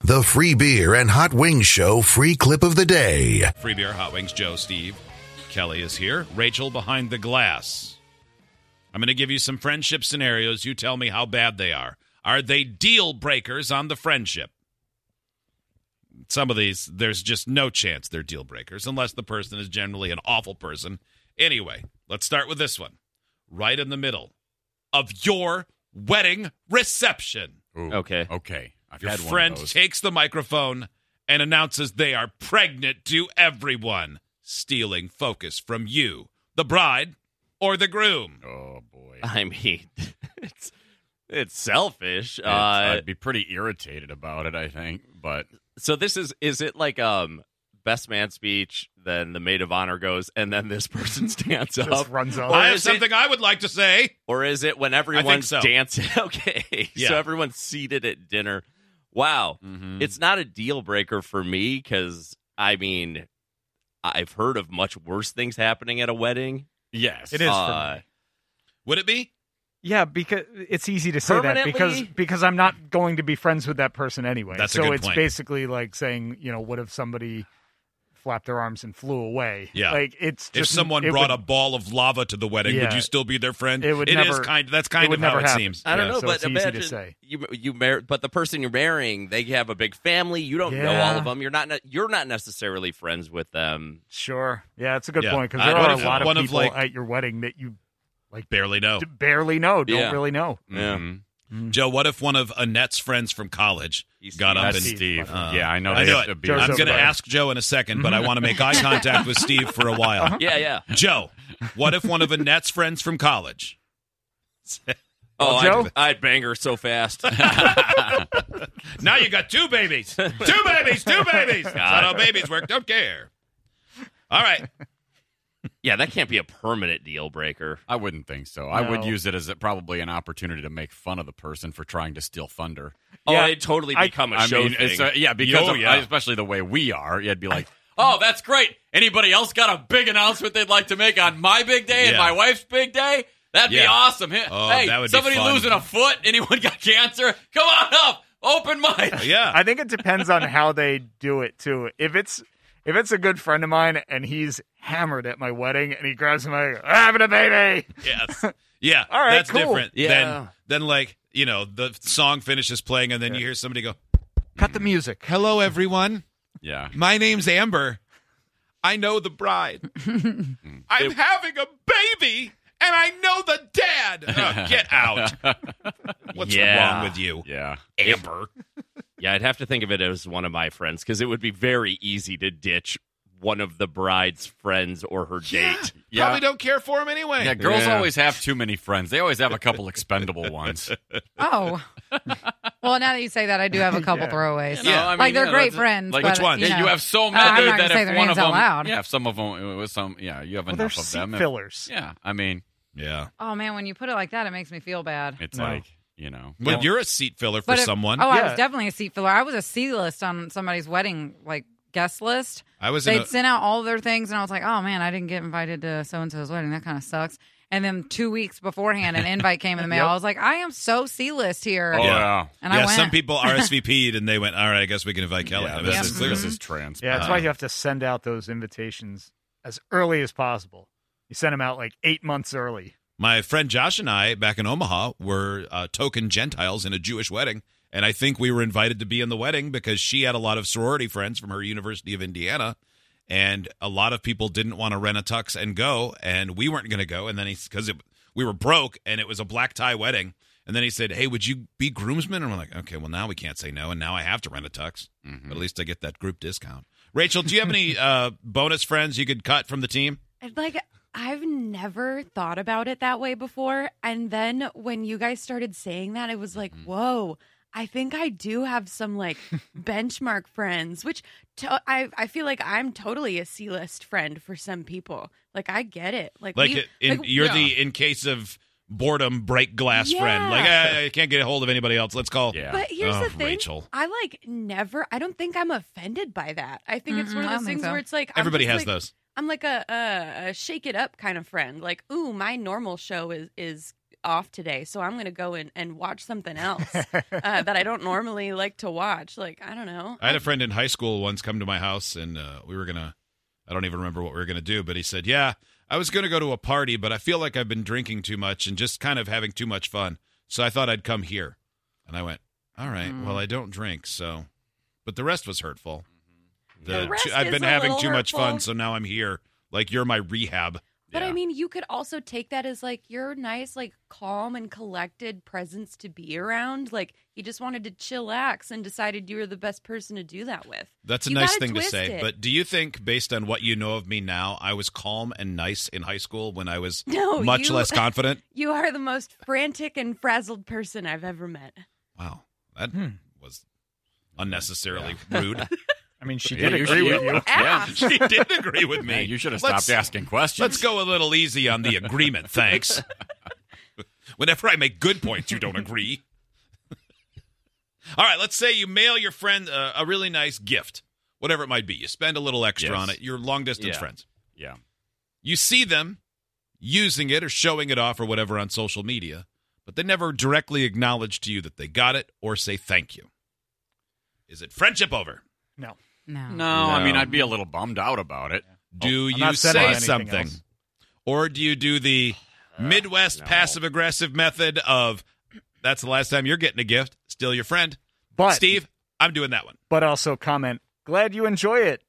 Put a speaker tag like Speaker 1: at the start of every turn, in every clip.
Speaker 1: The Free Beer and Hot Wings Show free clip of the day.
Speaker 2: Free beer, hot wings, Joe, Steve. Kelly is here. Rachel behind the glass. I'm going to give you some friendship scenarios. You tell me how bad they are. Are they deal breakers on the friendship? Some of these, there's just no chance they're deal breakers unless the person is generally an awful person. Anyway, let's start with this one right in the middle of your wedding reception.
Speaker 3: Ooh,
Speaker 4: Okay.
Speaker 3: Okay. I've
Speaker 2: Your
Speaker 3: had one
Speaker 2: friend
Speaker 3: of those.
Speaker 2: takes the microphone and announces they are pregnant to everyone, stealing focus from you, the bride, or the groom.
Speaker 3: oh boy.
Speaker 4: I mean, it's it's selfish.
Speaker 3: It's-
Speaker 4: uh,
Speaker 3: I'd be pretty irritated about it, I think. But
Speaker 4: so this is is it like um best man speech? Then the maid of honor goes, and then this person stands up,
Speaker 5: runs up.
Speaker 4: Or
Speaker 2: I have
Speaker 4: is it-
Speaker 2: something I would like to say.
Speaker 4: or is it when everyone's
Speaker 2: so.
Speaker 4: dancing? Okay,
Speaker 2: Yeah.
Speaker 4: so everyone's seated at dinner. Wow, it's not a deal breaker for me because I mean, I've heard of much worse things happening at a wedding.
Speaker 3: yes.
Speaker 5: It is
Speaker 4: Uh,
Speaker 5: for me.
Speaker 2: Would it be?
Speaker 5: Yeah, because it's easy to say that because
Speaker 4: Permanently?
Speaker 5: because I'm not going to be friends with that person anyway.
Speaker 2: That's a
Speaker 5: so
Speaker 2: good
Speaker 5: it's
Speaker 2: point.
Speaker 5: basically like saying, you know, what if somebody flapped their arms and flew away?
Speaker 2: Yeah.
Speaker 5: like it's
Speaker 2: If
Speaker 5: just,
Speaker 2: someone
Speaker 5: it
Speaker 2: brought a
Speaker 5: would-
Speaker 2: ball of lava to the wedding, would
Speaker 5: Yeah.
Speaker 2: you still be their friend?
Speaker 5: It would
Speaker 2: is
Speaker 5: never-
Speaker 2: kind. That's kind
Speaker 5: it would
Speaker 2: of how
Speaker 5: never
Speaker 2: it
Speaker 5: happen.
Speaker 2: seems.
Speaker 4: I don't
Speaker 5: Yeah,
Speaker 4: know,
Speaker 5: so
Speaker 4: but
Speaker 5: it's easy to
Speaker 4: imagine
Speaker 5: say.
Speaker 4: you you marry, but the person you're marrying, they have a big family. You don't know
Speaker 5: Yeah.
Speaker 4: all of them. You're not ne- you're not necessarily friends with them.
Speaker 5: Sure, yeah, it's a good
Speaker 2: Yeah.
Speaker 5: point because
Speaker 4: I
Speaker 5: there
Speaker 4: don't
Speaker 5: are a
Speaker 4: know.
Speaker 5: lot of
Speaker 2: One of,
Speaker 5: people
Speaker 2: like- Oh.
Speaker 5: at your wedding that you
Speaker 2: Barely know.
Speaker 5: d- barely know, don't
Speaker 4: Yeah.
Speaker 5: really know.
Speaker 4: Yeah.
Speaker 3: Mhm.
Speaker 2: Joe, what if one of Annette's friends from college
Speaker 4: He's-
Speaker 2: got up
Speaker 3: That's
Speaker 2: and
Speaker 5: Steve.
Speaker 3: Steve.
Speaker 2: Uh,
Speaker 3: yeah, I know.
Speaker 2: I
Speaker 3: they
Speaker 2: knew
Speaker 3: have
Speaker 2: it.
Speaker 3: to be-
Speaker 5: Joe's
Speaker 2: I'm
Speaker 5: over
Speaker 2: going to
Speaker 5: there.
Speaker 2: ask Joe in a second, but I
Speaker 5: Mm-hmm.
Speaker 2: want to make eye contact with Steve for a while.
Speaker 5: Uh-huh.
Speaker 4: Yeah, yeah.
Speaker 2: Joe, what if one of Annette's friends from college?
Speaker 4: Oh,
Speaker 5: Joe?
Speaker 4: I'd, I'd bang her so fast.
Speaker 2: Now you got two babies. Two babies, two babies. That's not how babies work. Don't care. All right.
Speaker 4: yeah, that can't be a permanent deal breaker.
Speaker 3: I wouldn't think so. I would
Speaker 5: No.
Speaker 3: use it as a, probably an opportunity to make fun of the person for trying to steal thunder.
Speaker 4: Yeah,
Speaker 5: Yeah,
Speaker 4: oh, it totally
Speaker 5: I-
Speaker 4: become a
Speaker 3: I
Speaker 4: show
Speaker 3: mean,
Speaker 4: thing.
Speaker 3: it's a- yeah, because
Speaker 2: Oh,
Speaker 3: of-
Speaker 2: yeah.
Speaker 3: especially the way we are, you'd be like, "Oh, that's great. Anybody else got a big announcement they'd like to make on my big day and
Speaker 2: Yeah.
Speaker 3: my wife's big day? That'd be
Speaker 2: Yeah.
Speaker 3: awesome. Hey,
Speaker 2: Oh,
Speaker 3: hey,
Speaker 2: that would be
Speaker 3: somebody
Speaker 2: fun.
Speaker 3: losing a foot? Anyone got cancer? Come on up. Open mic.
Speaker 2: Yeah.
Speaker 5: I think it depends on how they do it too. If it's if it's a good friend of mine and he's hammered at my wedding and he grabs me like, I'm having a baby.
Speaker 2: Yes. Yeah.
Speaker 5: All right,
Speaker 2: That's
Speaker 5: cool.
Speaker 2: different
Speaker 4: Yeah.
Speaker 2: than than like, you know, the song finishes playing and then you hear somebody go,
Speaker 5: Cut the music.
Speaker 2: Hello everyone.
Speaker 3: Yeah.
Speaker 2: My name's Amber. I know the bride. I'm having a baby and I know the dad. Oh, get out. What's
Speaker 4: Yeah.
Speaker 2: wrong with you?
Speaker 3: Yeah.
Speaker 2: Amber.
Speaker 4: yeah, I'd have to think of it as one of my friends because it would be very easy to ditch one of the bride's friends or her date.
Speaker 3: Yeah.
Speaker 2: Probably don't care for him anyway.
Speaker 3: Yeah, girls
Speaker 4: Yeah.
Speaker 3: always have too many friends. They always have a couple expendable ones.
Speaker 6: Oh. well, now that you say that, I do have a couple
Speaker 5: Yeah.
Speaker 6: throwaways.
Speaker 3: You know, I mean,
Speaker 6: like they're
Speaker 3: yeah,
Speaker 6: great
Speaker 3: that's it.
Speaker 6: friends.
Speaker 3: Like,
Speaker 6: but,
Speaker 2: which one?
Speaker 6: You,
Speaker 3: Yeah,
Speaker 6: know. Uh,
Speaker 3: you have so
Speaker 6: I'm
Speaker 3: many
Speaker 6: not gonna
Speaker 3: that
Speaker 6: say
Speaker 3: if
Speaker 6: their
Speaker 3: one of
Speaker 6: names
Speaker 3: them,
Speaker 6: out loud.
Speaker 3: yeah, if some of them, it was some, yeah, you have
Speaker 5: Well, they're
Speaker 3: enough of
Speaker 5: seat
Speaker 3: them. If-
Speaker 5: fillers.
Speaker 3: yeah, I mean,
Speaker 2: Yeah.
Speaker 6: Oh man, when you put it like that, it makes me feel bad.
Speaker 3: it's
Speaker 5: No.
Speaker 3: like you know,
Speaker 2: Well, you're a seat filler for
Speaker 6: But it-
Speaker 2: someone.
Speaker 6: Oh, I
Speaker 5: Yeah.
Speaker 6: was definitely a seat filler. I was a C list on somebody's wedding like guest list.
Speaker 2: I was in
Speaker 6: They'd
Speaker 2: a,
Speaker 6: sent out all their things, and I was like, oh man, I didn't get invited to so and so's wedding. That kind of sucks. And then two weeks beforehand, an invite came in the mail. I was like, I am so C list here.
Speaker 3: oh
Speaker 2: Yeah.
Speaker 3: yeah,
Speaker 6: And I
Speaker 2: yeah,
Speaker 6: went.
Speaker 2: some people RSVP'd and they went, all right, I guess we can invite Kelly.
Speaker 3: Yeah,
Speaker 2: I mean,
Speaker 3: this,
Speaker 6: Yeah.
Speaker 2: that's
Speaker 3: is,
Speaker 2: clear.
Speaker 3: this is trans. uh,
Speaker 5: Yeah, that's why you have to send out those invitations as early as possible. You send them out like eight months early.
Speaker 2: My friend Josh and I back in Omaha were uh, token Gentiles in a Jewish wedding. And I think we were invited to be in the wedding because she had a lot of sorority friends from her University of Indiana. And a lot of people didn't want to rent a tux and go. And we weren't going to go. And then he, because we were broke and it was a black tie wedding. And then he said, Hey, would you be groomsmen? And we're like, Okay, well, now we can't say no. And now I have to rent a tux. But at least I get that group discount. Rachel, do you have any uh, bonus friends you could cut from the team?
Speaker 7: Like, I've never thought about it that way before. And then when you guys started saying that, it was like,
Speaker 2: Mm-hmm.
Speaker 7: whoa, I think I do have some like benchmark friends, which to- I, I feel like I'm totally a C list friend for some people. Like, I get it. Like,
Speaker 2: Like,
Speaker 7: we-
Speaker 2: in,
Speaker 7: like,
Speaker 2: you're the in case of boredom break glass friend.
Speaker 7: Yeah.
Speaker 2: Like "Ah, I, I can't get a hold of anybody else. Let's call.
Speaker 3: Yeah.
Speaker 7: But here's
Speaker 2: Oh,
Speaker 7: the thing.
Speaker 2: Rachel.
Speaker 7: I like never, I don't think I'm offended by that. I think it's one
Speaker 6: Mm-mm, Mm, I don't
Speaker 7: of
Speaker 6: think
Speaker 7: those things
Speaker 6: so.
Speaker 7: where it's like, I'm
Speaker 2: Everybody
Speaker 7: just,
Speaker 2: has
Speaker 7: like,
Speaker 2: those.
Speaker 7: I'm like a, a, a shake it up kind of friend. Like, ooh, my normal show is is off today, so I'm going to go in and watch something else uh, that I don't normally like to watch. Like, I don't know.
Speaker 2: I had a friend in high school once come to my house, and uh, we were gonna. I don't even remember what we were gonna do, but he said, "Yeah, I was gonna go to a party, but I feel like I've been drinking too much and just kind of having too much fun, so I thought I'd come here." And I went, "All right,
Speaker 6: Mm.
Speaker 2: well, I don't drink, so." But the rest was hurtful. The,
Speaker 7: Mm-hmm. The rest
Speaker 2: I've
Speaker 7: is
Speaker 2: been
Speaker 7: a
Speaker 2: having
Speaker 7: little
Speaker 2: too much
Speaker 7: hurtful.
Speaker 2: fun, so now I'm here. Like you're my rehab.
Speaker 7: But
Speaker 4: Yeah.
Speaker 7: I mean, you could also take that as like your nice, like calm and collected presence to be around. Like you just wanted to chillax and decided you were the best person to do that with.
Speaker 2: That's a
Speaker 7: You
Speaker 2: nice
Speaker 7: gotta
Speaker 2: thing to
Speaker 7: twist
Speaker 2: say.
Speaker 7: it.
Speaker 2: But do you think, based on what you know of me now, I was calm and nice in high school when I was
Speaker 7: No,
Speaker 2: much
Speaker 7: Oh, you-
Speaker 2: less confident?
Speaker 7: You are the most frantic and frazzled person I've ever met.
Speaker 2: Wow, that
Speaker 5: Hmm.
Speaker 2: was unnecessarily rude.
Speaker 5: I mean, she
Speaker 3: Yeah,
Speaker 5: did
Speaker 3: you
Speaker 5: agree
Speaker 3: should-
Speaker 5: with you.
Speaker 7: Ah,
Speaker 2: she did agree with me.
Speaker 3: Man, you should have
Speaker 2: Let's-
Speaker 3: stopped asking questions.
Speaker 2: Let's go a little easy on the agreement, thanks. Whenever I make good points, you don't agree. All right, let's say you mail your friend uh, a really nice gift, whatever it might be. You spend a little extra
Speaker 3: Yes.
Speaker 2: on it. Your long distance
Speaker 4: Yeah.
Speaker 2: friends.
Speaker 3: Yeah.
Speaker 2: You see them using it or showing it off or whatever on social media, but they never directly acknowledge to you that they got it or say thank you. Is it friendship over?
Speaker 6: No. Oh.
Speaker 3: No, I mean
Speaker 4: No.
Speaker 3: I'd be a little bummed out about it.
Speaker 2: Do
Speaker 5: I'm
Speaker 2: you
Speaker 5: not sending
Speaker 2: say
Speaker 5: anything
Speaker 2: something?
Speaker 5: else.
Speaker 2: Or do you do the Midwest
Speaker 4: no.
Speaker 2: passive aggressive method of that's the last time you're getting a gift, still your friend?
Speaker 5: But
Speaker 2: Steve, I'm doing that one.
Speaker 5: but also comment. Glad you enjoy it.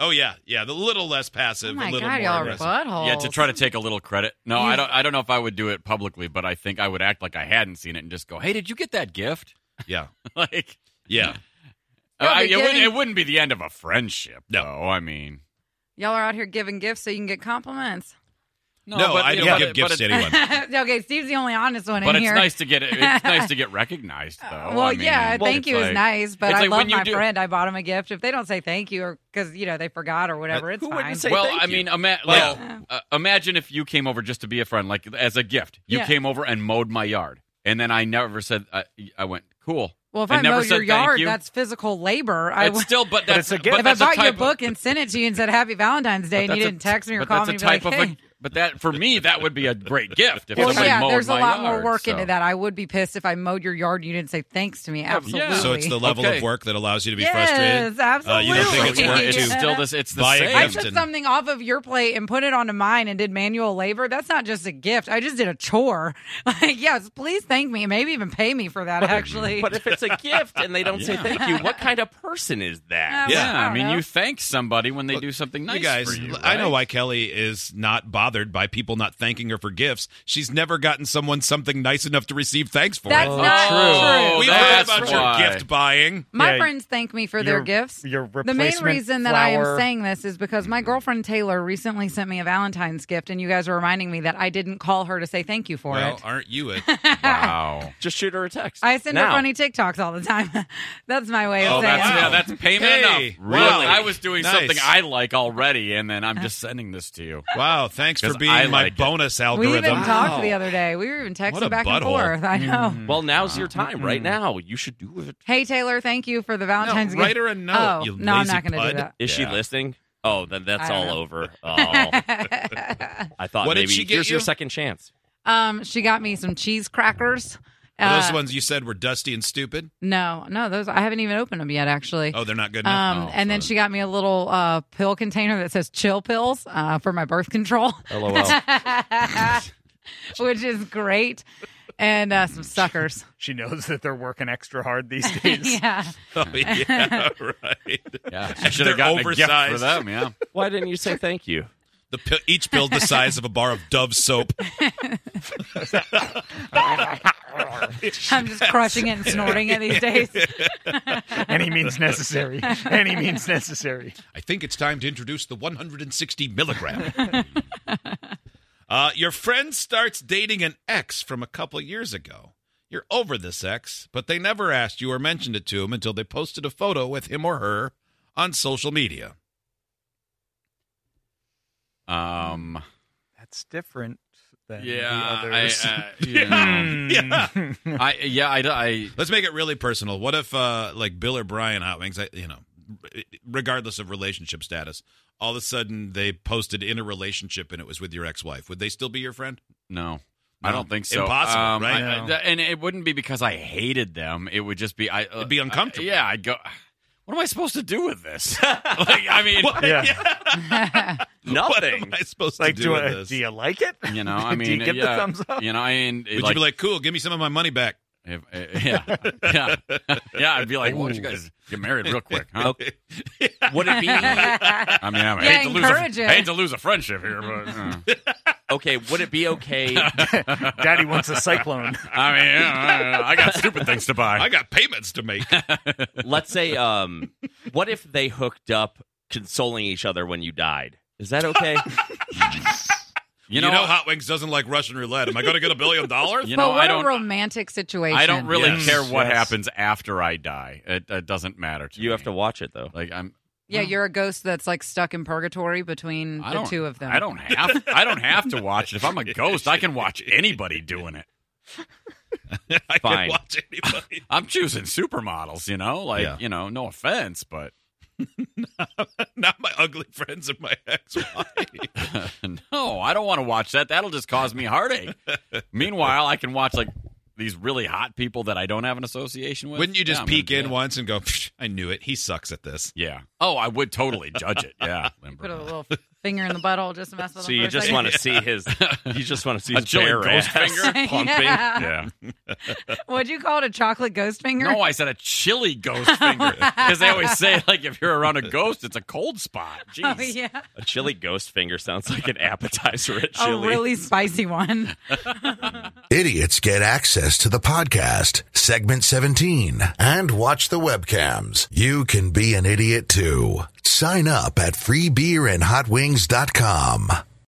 Speaker 2: Oh yeah, yeah, the little less passive,
Speaker 6: Oh my
Speaker 2: a little
Speaker 6: god,
Speaker 2: more
Speaker 6: y'all are
Speaker 2: aggressive.
Speaker 6: buttholes.
Speaker 3: Yeah, to try to take a little credit. No,
Speaker 6: You-
Speaker 3: I don't. I don't know if I would do it publicly, but I think I would act like I hadn't seen it and just go, "Hey, did you get that gift?"
Speaker 2: Yeah.
Speaker 3: like,
Speaker 2: Yeah.
Speaker 6: No,
Speaker 3: I-
Speaker 6: but
Speaker 3: it, wouldn't,
Speaker 6: getting-
Speaker 3: it wouldn't be the end of a friendship.
Speaker 2: No.
Speaker 3: though. I mean,
Speaker 6: Y'all are out here giving gifts so you can get compliments.
Speaker 2: No, I don't
Speaker 3: yeah,
Speaker 2: give
Speaker 3: but-
Speaker 2: gifts
Speaker 3: but
Speaker 2: to
Speaker 3: it's-
Speaker 2: anyone.
Speaker 6: okay, Steve's the only honest one
Speaker 3: But
Speaker 6: in
Speaker 3: it's
Speaker 6: here.
Speaker 3: nice to get it. It's nice to get recognized, though.
Speaker 6: Uh, well,
Speaker 3: I mean,
Speaker 6: yeah,
Speaker 3: it's
Speaker 6: thank you
Speaker 3: like-
Speaker 6: is nice, but
Speaker 3: it's
Speaker 6: I
Speaker 3: like when
Speaker 6: love
Speaker 3: you
Speaker 6: my
Speaker 3: do-
Speaker 6: friend. I bought him a gift. If they don't say thank you, or because you know they forgot or whatever, it's
Speaker 4: Who
Speaker 6: fine.
Speaker 4: wouldn't say
Speaker 3: well,
Speaker 4: thank
Speaker 3: I
Speaker 4: you?
Speaker 3: mean, ima-
Speaker 2: Well-
Speaker 3: like, uh, imagine if you came over just to be a friend, like as a gift. You
Speaker 6: Yeah.
Speaker 3: came over and mowed my yard, and then I never said. I, I went cool.
Speaker 6: well, if
Speaker 3: I
Speaker 6: I,
Speaker 3: never
Speaker 6: mow
Speaker 3: said
Speaker 6: your
Speaker 3: thank
Speaker 6: yard,
Speaker 3: you.
Speaker 6: that's physical labor. I
Speaker 3: It's
Speaker 6: would-
Speaker 3: still, but that's
Speaker 5: it's a gift.
Speaker 6: if I
Speaker 3: that's a
Speaker 6: bought your
Speaker 3: type of-
Speaker 6: book and sent it to you and said Happy Valentine's Day and you
Speaker 3: that's a
Speaker 6: didn't text me or
Speaker 3: but
Speaker 6: call
Speaker 3: that's
Speaker 6: me,
Speaker 3: a
Speaker 6: and be
Speaker 3: type
Speaker 6: like,
Speaker 3: of
Speaker 6: hey.
Speaker 3: a, but that for me that would be a great gift if
Speaker 6: Well,
Speaker 3: somebody
Speaker 6: yeah,
Speaker 3: mowed
Speaker 6: there's a
Speaker 3: my
Speaker 6: lot more
Speaker 3: yard,
Speaker 6: work
Speaker 3: so. Oh,
Speaker 6: into that. I would be pissed if I mowed your yard and you didn't say thanks to me.
Speaker 3: yeah.
Speaker 6: Absolutely.
Speaker 2: So it's the level
Speaker 3: Okay.
Speaker 2: of work that allows you to be frustrated.
Speaker 6: yes,
Speaker 2: Uh,
Speaker 6: absolutely.
Speaker 2: you don't think it's
Speaker 3: So
Speaker 2: worth
Speaker 3: it's
Speaker 2: to
Speaker 3: still this. It's the
Speaker 2: buy a
Speaker 3: same.
Speaker 6: I
Speaker 2: gift
Speaker 6: took
Speaker 2: and-
Speaker 6: something off of your plate and put it onto mine and did manual labor. That's not just a gift. I just did a chore. Like, yes, please thank me and maybe even pay me for that, actually.
Speaker 4: but if it's a gift and they don't say
Speaker 3: Yeah.
Speaker 4: thank you, what kind of person is that?
Speaker 6: Uh,
Speaker 2: Yeah.
Speaker 3: Yeah,
Speaker 6: I
Speaker 3: I
Speaker 6: don't
Speaker 3: mean,
Speaker 6: know.
Speaker 3: you thank somebody when they
Speaker 2: Look,
Speaker 3: do something nice
Speaker 2: you guys,
Speaker 3: for you.
Speaker 2: I know
Speaker 3: right?
Speaker 2: why Kelly is not bothered by people not thanking her for gifts. She's never gotten someone something nice enough to receive thanks for.
Speaker 6: That's
Speaker 2: it.
Speaker 6: not
Speaker 3: Oh,
Speaker 6: true.
Speaker 2: We've
Speaker 3: that's
Speaker 2: heard about
Speaker 3: why.
Speaker 2: your gift buying.
Speaker 6: My
Speaker 5: Yeah,
Speaker 6: friends thank me for their
Speaker 5: your-
Speaker 6: gifts.
Speaker 5: your
Speaker 6: the main
Speaker 5: replacement
Speaker 6: reason that I am
Speaker 5: flower.
Speaker 6: saying this is because my girlfriend Taylor recently sent me a Valentine's gift, and you guys are reminding me that I didn't call her to say thank you for
Speaker 2: Well,
Speaker 6: it.
Speaker 2: aren't you it?
Speaker 3: Wow.
Speaker 4: Just shoot her a text.
Speaker 6: I send her
Speaker 4: Now.
Speaker 6: funny TikToks all the time. that's my way of
Speaker 3: Oh,
Speaker 6: saying
Speaker 3: that's
Speaker 6: it.
Speaker 3: yeah, that's payment
Speaker 2: Hey,
Speaker 3: enough.
Speaker 2: wow.
Speaker 3: Really, I was doing
Speaker 2: Nice.
Speaker 3: something I like already, and then I'm just sending this to you.
Speaker 2: Wow, thanks for
Speaker 3: 'Cause
Speaker 2: being
Speaker 3: I
Speaker 2: my
Speaker 3: like it.
Speaker 2: bonus
Speaker 6: We
Speaker 2: algorithm.
Speaker 6: even
Speaker 4: Wow.
Speaker 6: talked the other day. We were even
Speaker 2: What a
Speaker 6: texting back and
Speaker 2: butthole. Mm.
Speaker 6: forth. I know.
Speaker 4: Well, now's your time. Right now, you should do it.
Speaker 6: Hey Taylor, thank you for the Valentine's
Speaker 2: No, write
Speaker 6: gift.
Speaker 2: her a note,
Speaker 6: Oh,
Speaker 2: you
Speaker 6: no, I'm
Speaker 2: lazy
Speaker 6: not going to
Speaker 2: pud.
Speaker 6: do that.
Speaker 4: Is she
Speaker 3: Yeah.
Speaker 4: listening? Oh, then that's
Speaker 6: I don't
Speaker 4: all
Speaker 6: know.
Speaker 4: over. Oh, I thought
Speaker 2: What did
Speaker 4: maybe
Speaker 2: she get
Speaker 4: here's
Speaker 2: you?
Speaker 4: your second chance.
Speaker 6: um, she got me some cheese crackers.
Speaker 2: Are
Speaker 6: Uh,
Speaker 2: those ones you said were dusty and stupid.
Speaker 6: No, no, those I haven't even opened them yet. Actually.
Speaker 2: Oh, they're not good enough.
Speaker 6: Um,
Speaker 3: Oh,
Speaker 6: and then she got me a little uh, pill container that says chill pills uh, for my birth control,
Speaker 4: LOL.
Speaker 6: which is great. And uh, some suckers.
Speaker 5: She knows that they're working extra hard these days.
Speaker 6: yeah.
Speaker 2: Oh, yeah, right.
Speaker 3: Yeah,
Speaker 2: They're
Speaker 3: I should have gotten a gift for
Speaker 2: oversized.
Speaker 3: them. Yeah,
Speaker 4: Why didn't you say thank you?
Speaker 2: The pill, each pill the size of a bar of Dove soap.
Speaker 6: I'm just crushing it and snorting it these days.
Speaker 5: Any means necessary. Any means necessary.
Speaker 2: I think it's time to introduce the 160 milligram. uh, your friend starts dating an ex from a couple years ago. You're over this ex, but they never asked you or mentioned it to him until they posted a photo with him or her on social media.
Speaker 3: yeah. Um.
Speaker 5: That's different than
Speaker 3: Yeah.
Speaker 5: the
Speaker 3: I,
Speaker 5: others.
Speaker 3: uh, you know.
Speaker 5: Hmm.
Speaker 2: Yeah.
Speaker 3: I yeah. I, I
Speaker 2: Let's make it really personal. What if, uh, like Bill or Brian Hot Wings, I, you know, r- regardless of relationship status, all of a sudden they posted in a relationship and it was with your ex-wife? Would they still be your friend?
Speaker 3: no. I don't think so.
Speaker 2: Impossible,
Speaker 3: Um,
Speaker 2: right?
Speaker 3: I- I-
Speaker 5: No.
Speaker 3: and it wouldn't be because I hated them. It would just be I. Uh,
Speaker 2: It'd be uncomfortable.
Speaker 3: yeah, I'd go. What am I supposed to do with this? like, I mean,
Speaker 2: What?
Speaker 5: Yeah.
Speaker 2: What
Speaker 4: Nothing.
Speaker 2: am I supposed to
Speaker 5: Like,
Speaker 2: do,
Speaker 5: do,
Speaker 2: with
Speaker 5: I-
Speaker 2: this?
Speaker 5: do you like it?
Speaker 3: you know, I mean,
Speaker 5: do you get
Speaker 3: yeah,
Speaker 5: the thumbs up?
Speaker 3: You know, I mean,
Speaker 2: Would you be like, cool, give me some of my money back?
Speaker 3: If, uh, yeah, yeah, yeah. I'd be like, "Why don't you guys get married real quick?" Huh?
Speaker 4: Would it be
Speaker 3: I mean, I,
Speaker 6: Yeah,
Speaker 3: hate to lose a,
Speaker 6: encourage it.
Speaker 3: I hate to lose a friendship here, but uh,
Speaker 4: okay? Would it be okay?
Speaker 5: Daddy wants a cyclone.
Speaker 3: I mean, uh, I got stupid things to buy.
Speaker 2: I got payments to make.
Speaker 4: Let's say, um, what if they hooked up, consoling each other when you died? Is that okay?
Speaker 2: You know, Hot Wings doesn't like Russian roulette. Am I going to get a billion dollars?
Speaker 3: you
Speaker 6: but
Speaker 3: know,
Speaker 6: what
Speaker 3: I don't.
Speaker 6: a romantic situation.
Speaker 3: I don't really
Speaker 2: Yes,
Speaker 3: care what
Speaker 5: yes.
Speaker 3: happens after I die. It, it doesn't matter to
Speaker 4: you
Speaker 3: me.
Speaker 4: have to watch it though.
Speaker 3: like I'm.
Speaker 6: Yeah, you're a ghost that's like stuck in purgatory between
Speaker 3: I
Speaker 6: the
Speaker 3: don't,
Speaker 6: two of them.
Speaker 3: I don't have. I don't have to watch it. If I'm a ghost, I can watch anybody doing it.
Speaker 2: I can
Speaker 4: Fine.
Speaker 2: watch anybody.
Speaker 3: I'm choosing supermodels. You know, like
Speaker 2: Yeah.
Speaker 3: you know, no offense, but
Speaker 2: Not my ugly friends and my ex wife.
Speaker 3: no, I don't want to watch that. That'll just cause me heartache. Meanwhile, I can watch like these really hot people that I don't have an association with.
Speaker 2: Wouldn't you just
Speaker 3: Yeah, I'm
Speaker 2: peek
Speaker 3: gonna do
Speaker 2: in
Speaker 3: that.
Speaker 2: once and go, "Psh, I knew it. He sucks at this.
Speaker 3: Yeah. Oh, I would totally judge it. Yeah.
Speaker 6: Put a little finger in the butthole just to mess with
Speaker 4: So
Speaker 6: them.
Speaker 4: you
Speaker 6: for a
Speaker 4: just
Speaker 6: second.
Speaker 4: want to see his. You just want to see
Speaker 3: A
Speaker 4: his
Speaker 3: chilling
Speaker 4: bare
Speaker 3: ghost
Speaker 4: ass
Speaker 3: finger?
Speaker 4: pumping.
Speaker 6: Yeah.
Speaker 3: yeah.
Speaker 6: What'd you call it? A chocolate ghost finger?
Speaker 3: No, I said a chilly ghost finger because they always say like if you're around a ghost, it's a cold spot. Jeez.
Speaker 6: Oh, yeah.
Speaker 4: A chili ghost finger sounds like an appetizer at
Speaker 6: A
Speaker 4: chili.
Speaker 6: really spicy one.
Speaker 1: Idiots get access to the podcast, segment 17, and watch the webcams. You can be an idiot too. Sign up at freebeerandhotwings.com.